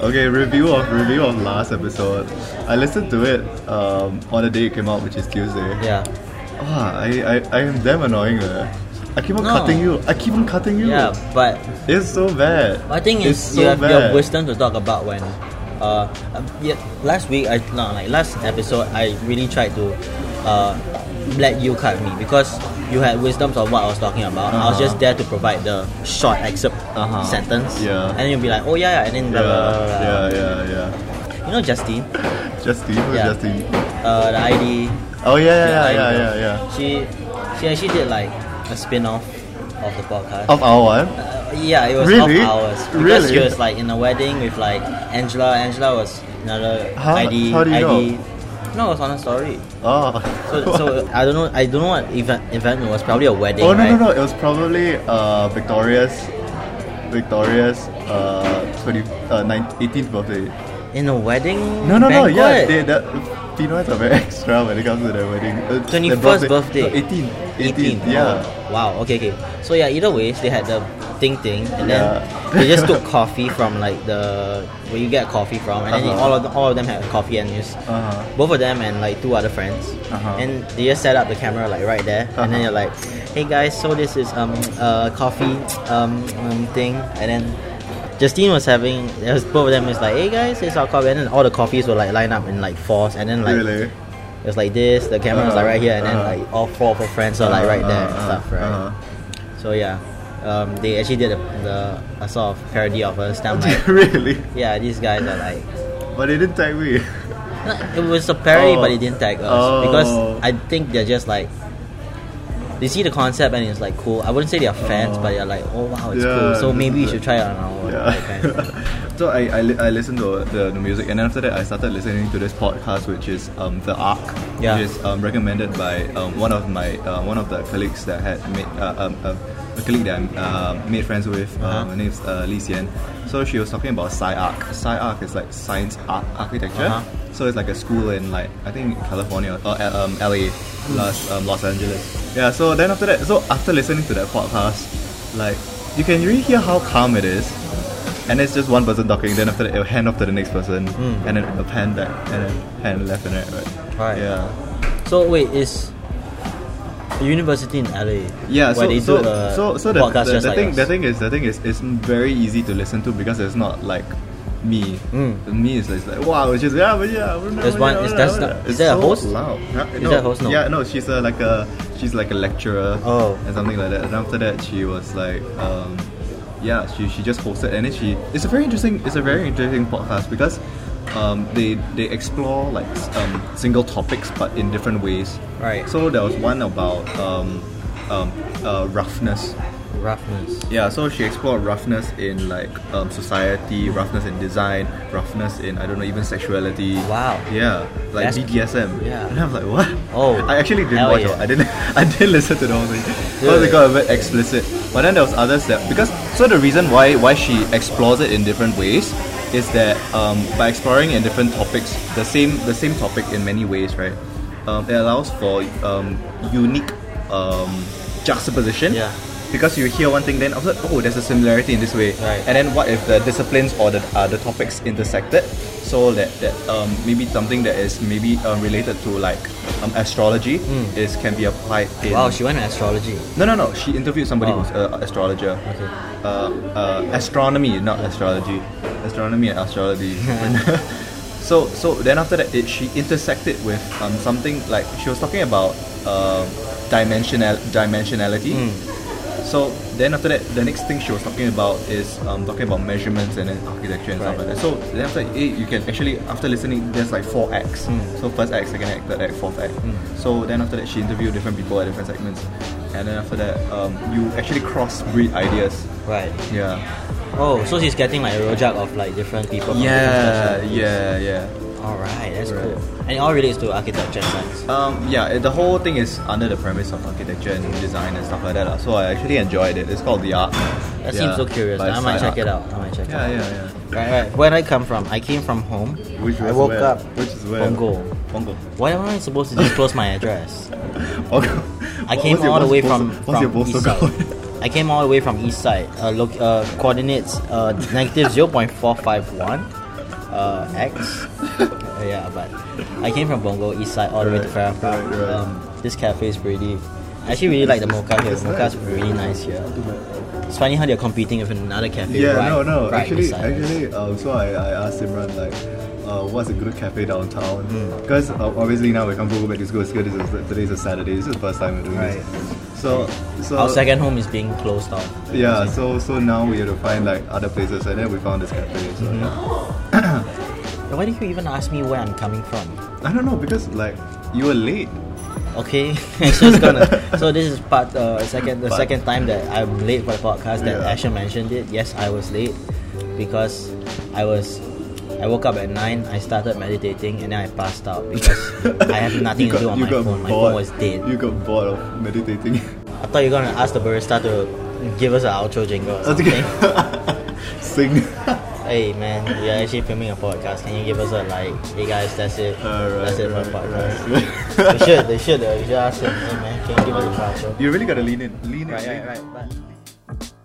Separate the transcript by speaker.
Speaker 1: Okay, review of review of last episode. I listened to it um, on the day it came out, which is Tuesday.
Speaker 2: Yeah.
Speaker 1: Wow, I, I, I am damn annoying. eh. I keep on
Speaker 2: No.
Speaker 1: cutting you. I keep on cutting you.
Speaker 2: Yeah, but
Speaker 1: It's so bad.
Speaker 2: I think
Speaker 1: it's
Speaker 2: it's,
Speaker 1: so
Speaker 2: you have
Speaker 1: bad.
Speaker 2: your wisdom to talk about when. Uh, um, yeah, last week I no like last episode I really tried to uh, let you cut me because you had wisdoms on what I was talking about. I was
Speaker 1: Uh-huh.
Speaker 2: just there to provide the short excerpt
Speaker 1: Uh-huh.
Speaker 2: sentence.
Speaker 1: Yeah.
Speaker 2: And then you'll be like, oh yeah, yeah, and then
Speaker 1: Yeah,
Speaker 2: blah, blah, blah, blah, blah.
Speaker 1: yeah, yeah, yeah.
Speaker 2: You know Justine,
Speaker 1: Justine, who's
Speaker 2: Yeah.
Speaker 1: Justine?
Speaker 2: uh, the ID.
Speaker 1: Oh yeah, yeah,
Speaker 2: the
Speaker 1: yeah,
Speaker 2: ID
Speaker 1: yeah, yeah,
Speaker 2: girl.
Speaker 1: yeah.
Speaker 2: She she actually did like a spin off of the podcast.
Speaker 1: Of our one.
Speaker 2: Uh, yeah, it was
Speaker 1: Really?
Speaker 2: off hours because
Speaker 1: Really?
Speaker 2: she was like in a wedding with like Angela. Angela was another
Speaker 1: How-
Speaker 2: ID.
Speaker 1: how do you
Speaker 2: ID. No, it was on her story.
Speaker 1: Oh.
Speaker 2: So, so I don't know. I don't know what event event it was. Probably a wedding.
Speaker 1: oh no,
Speaker 2: right?
Speaker 1: no, no. It was probably uh, Victoria's, Victoria's uh, 20, uh, 19, 18th birthday.
Speaker 2: In a wedding.
Speaker 1: No, no, no. Yeah, they,
Speaker 2: banquet?
Speaker 1: the Pinoys are very extra when it comes to their wedding. Uh, their
Speaker 2: 21st birthday.
Speaker 1: No, 18th. 18th.
Speaker 2: 18,
Speaker 1: Yeah.
Speaker 2: oh, wow. Okay. Okay. So yeah. Either ways, they had the thing thing, and then
Speaker 1: Yeah.
Speaker 2: they just took coffee from like the where you get coffee from, and then
Speaker 1: Uh-huh.
Speaker 2: all of all of them had coffee and just
Speaker 1: Uh-huh.
Speaker 2: both of them and like two other friends,
Speaker 1: Uh-huh.
Speaker 2: and they just set up the camera like right there, and then
Speaker 1: Uh-huh.
Speaker 2: you're like, hey guys, so this is um uh coffee um, um thing, and then. Justine was having, there was both of them was like, "Hey guys, it's our coffee," and then all the coffees were like lined up in like fours, and then like
Speaker 1: really?
Speaker 2: it was like this, the camera was like right here, and then
Speaker 1: Uh-huh.
Speaker 2: like all four of her friends are like right there and
Speaker 1: Uh,
Speaker 2: stuff, right?
Speaker 1: uh,
Speaker 2: So yeah, um, they actually did a, the, a sort of parody of us. Then I'm like,
Speaker 1: really?
Speaker 2: yeah, these guys are like,
Speaker 1: But they didn't tag me.
Speaker 2: No, it was a parody,
Speaker 1: Oh.
Speaker 2: but they didn't tag us
Speaker 1: Oh.
Speaker 2: because I think they're just like. They see the concept and it's like cool. I wouldn't say they're fans,
Speaker 1: Oh.
Speaker 2: but they're like, oh wow, it's
Speaker 1: Yeah,
Speaker 2: cool. So
Speaker 1: this is
Speaker 2: maybe you should
Speaker 1: it.
Speaker 2: try it on our own. kind of.
Speaker 1: Yeah. so I, I, li- I listened to the, the music and then after that I started listening to this podcast which is um, The Arc
Speaker 2: Yeah.
Speaker 1: which is um, recommended by um, one of my uh, one of the colleagues that I had made uh, um, uh, a colleague that I uh, made friends with um,
Speaker 2: Uh-huh.
Speaker 1: her name's uh, Lee Xian so she was talking about Sci-Arc Sci-Arc is like science art architecture
Speaker 2: Uh-huh.
Speaker 1: so it's like a school in like I think California or uh, um, LA Los, um, Los Angeles yeah so then after that so after listening to that podcast like you can really hear how calm it is and it's just one person talking then after that it'll hand off to the next person
Speaker 2: Mm.
Speaker 1: and then it'll hand back and then hand left and right right,
Speaker 2: Right.
Speaker 1: yeah
Speaker 2: So wait, is a university in LA?
Speaker 1: yeah
Speaker 2: where
Speaker 1: so
Speaker 2: they
Speaker 1: so,
Speaker 2: do a
Speaker 1: so so the,
Speaker 2: podcast
Speaker 1: the,
Speaker 2: just
Speaker 1: the
Speaker 2: like
Speaker 1: thing
Speaker 2: us?
Speaker 1: the thing is the thing is it's very easy to listen to because it's not like me
Speaker 2: Mm.
Speaker 1: me is like, it's like wow it's just yeah but yeah but yeah,
Speaker 2: There's
Speaker 1: but
Speaker 2: one-
Speaker 1: yeah,
Speaker 2: is
Speaker 1: but
Speaker 2: that's
Speaker 1: yeah,
Speaker 2: not-
Speaker 1: but
Speaker 2: is
Speaker 1: yeah.
Speaker 2: there a
Speaker 1: It's so
Speaker 2: host?
Speaker 1: loud Huh?
Speaker 2: Is
Speaker 1: no,
Speaker 2: there a host? No.
Speaker 1: yeah no she's a, like a she's like a lecturer
Speaker 2: Oh.
Speaker 1: and something like that and after that she was like um yeah she, she just hosted and then she it's a very interesting it's a very interesting podcast because um, they they explore like s- um, single topics but in different ways
Speaker 2: Right.
Speaker 1: so there was one about um, um, uh, roughness
Speaker 2: roughness.
Speaker 1: yeah, so she explored roughness in like um, society, roughness in design, roughness in I don't know even sexuality.
Speaker 2: Wow.
Speaker 1: Yeah, like
Speaker 2: That's-
Speaker 1: BDSM.
Speaker 2: yeah.
Speaker 1: And I'm like, what?
Speaker 2: Oh,
Speaker 1: I actually didn't
Speaker 2: hell
Speaker 1: watch
Speaker 2: yeah.
Speaker 1: it. I didn't. I didn't listen to the whole thing. Because
Speaker 2: Dude.
Speaker 1: it got a bit explicit. But then there was others that because so the reason why why she explores it in different ways is that um, by exploring in different topics, the same the same topic in many ways, right? Um, it allows for um, unique um, juxtaposition
Speaker 2: Yeah.
Speaker 1: because you hear one thing, then also, oh, there's a similarity in this way.
Speaker 2: Right.
Speaker 1: And then what if the disciplines or the, uh, the topics intersected? So that, that um, maybe something that is maybe um, related to like um, astrology
Speaker 2: Mm.
Speaker 1: is can be applied in.
Speaker 2: Wow, she went to astrology.
Speaker 1: no, no, no. She interviewed somebody
Speaker 2: Oh.
Speaker 1: who's an astrologer.
Speaker 2: Okay.
Speaker 1: Uh, uh, astronomy, not astrology. Astronomy and astrology. so, so then after that, it, she intersected with um, something like she was talking about um dimensional dimensionality.
Speaker 2: Hmm.
Speaker 1: So then after that, the next thing she was talking about is um, talking about measurements and then architecture and stuff
Speaker 2: Right.
Speaker 1: like that. So then after that, eh, you can actually after listening, there's like four acts.
Speaker 2: Mm.
Speaker 1: So first act, second act, third act, fourth act.
Speaker 2: Mm.
Speaker 1: So then after that, she interviewed different people at different segments, and then after that, um, you actually cross breed ideas.
Speaker 2: Right.
Speaker 1: Yeah.
Speaker 2: Oh, so she's getting like a rojak of like different people. from
Speaker 1: Yeah,
Speaker 2: different nationalities.
Speaker 1: yeah, yeah.
Speaker 2: All right, that's
Speaker 1: Right.
Speaker 2: cool. And it all relates to architecture and science.
Speaker 1: Um, yeah, it- the whole thing is under the premise of architecture and design and stuff like that. lah. So I actually enjoyed it. It's called The Art.
Speaker 2: That
Speaker 1: Yeah,
Speaker 2: seems so curious.
Speaker 1: by
Speaker 2: I might
Speaker 1: Sai
Speaker 2: check it
Speaker 1: Arc.
Speaker 2: out. I might check
Speaker 1: Yeah,
Speaker 2: it out.
Speaker 1: yeah, yeah.
Speaker 2: Right, right. Where I come from, I came from home.
Speaker 1: Which
Speaker 2: I
Speaker 1: was
Speaker 2: woke
Speaker 1: where?
Speaker 2: up.
Speaker 1: Which is where?
Speaker 2: Punggol.
Speaker 1: Pongo.
Speaker 2: Why am I supposed to disclose my address?
Speaker 1: Pongo.
Speaker 2: I came
Speaker 1: What's your
Speaker 2: all the
Speaker 1: post-
Speaker 2: way
Speaker 1: post-
Speaker 2: from,
Speaker 1: What's your
Speaker 2: from
Speaker 1: postal
Speaker 2: east side.
Speaker 1: code?
Speaker 2: I came all the way from east side. Uh, look, uh, coordinates uh, negative zero point four five one uh, X. Uh, yeah, but I came from Bongo East Side all the way to Farrer
Speaker 1: Right,
Speaker 2: Park.
Speaker 1: right, right.
Speaker 2: Um, this cafe is pretty. I actually really like the mocha here.
Speaker 1: It's
Speaker 2: The mocha's
Speaker 1: nice.
Speaker 2: really nice here. It's funny how they're competing with another cafe.
Speaker 1: Yeah,
Speaker 2: right,
Speaker 1: no, no.
Speaker 2: right
Speaker 1: actually,
Speaker 2: beside us.
Speaker 1: actually, um, so I, I asked Imran like, uh, what's a good cafe downtown?
Speaker 2: Hmm.
Speaker 1: Because uh, obviously now we can't go back to school. It's good. It's a, today's a Saturday. This is the first time we're doing this. So, so
Speaker 2: Our second home is being closed down.
Speaker 1: yeah. So, so now we had to find like other places, and then we found this cafe. So
Speaker 2: Mm-hmm.
Speaker 1: yeah.
Speaker 2: Why did you even ask me where I'm coming from?
Speaker 1: I don't know because like you were late.
Speaker 2: Okay, so it's gonna. So this is part uh, second the
Speaker 1: Part.
Speaker 2: second time that I'm late for the podcast. That
Speaker 1: Yeah.
Speaker 2: Asher mentioned it. Yes, I was late because I was. I woke up at nine. I started meditating and then I passed out because I had nothing
Speaker 1: You got-
Speaker 2: to do on
Speaker 1: you
Speaker 2: my
Speaker 1: got
Speaker 2: phone. My
Speaker 1: bored.
Speaker 2: phone was dead.
Speaker 1: You got bored of meditating.
Speaker 2: I thought you were gonna ask the barista to give us an outro jingle. Or
Speaker 1: That's
Speaker 2: something.
Speaker 1: okay. Sing.
Speaker 2: Hey man, we are actually filming a podcast. Can you give us a like? Hey guys, that's it.
Speaker 1: Alright,
Speaker 2: that's it for a
Speaker 1: right,
Speaker 2: podcast.
Speaker 1: right.
Speaker 2: they should, they should. Uh, you should ask him. Hey man, can you give us a outro?
Speaker 1: you really gotta lean in. Lean in.
Speaker 2: Right,
Speaker 1: lean in.
Speaker 2: right, right. Bye.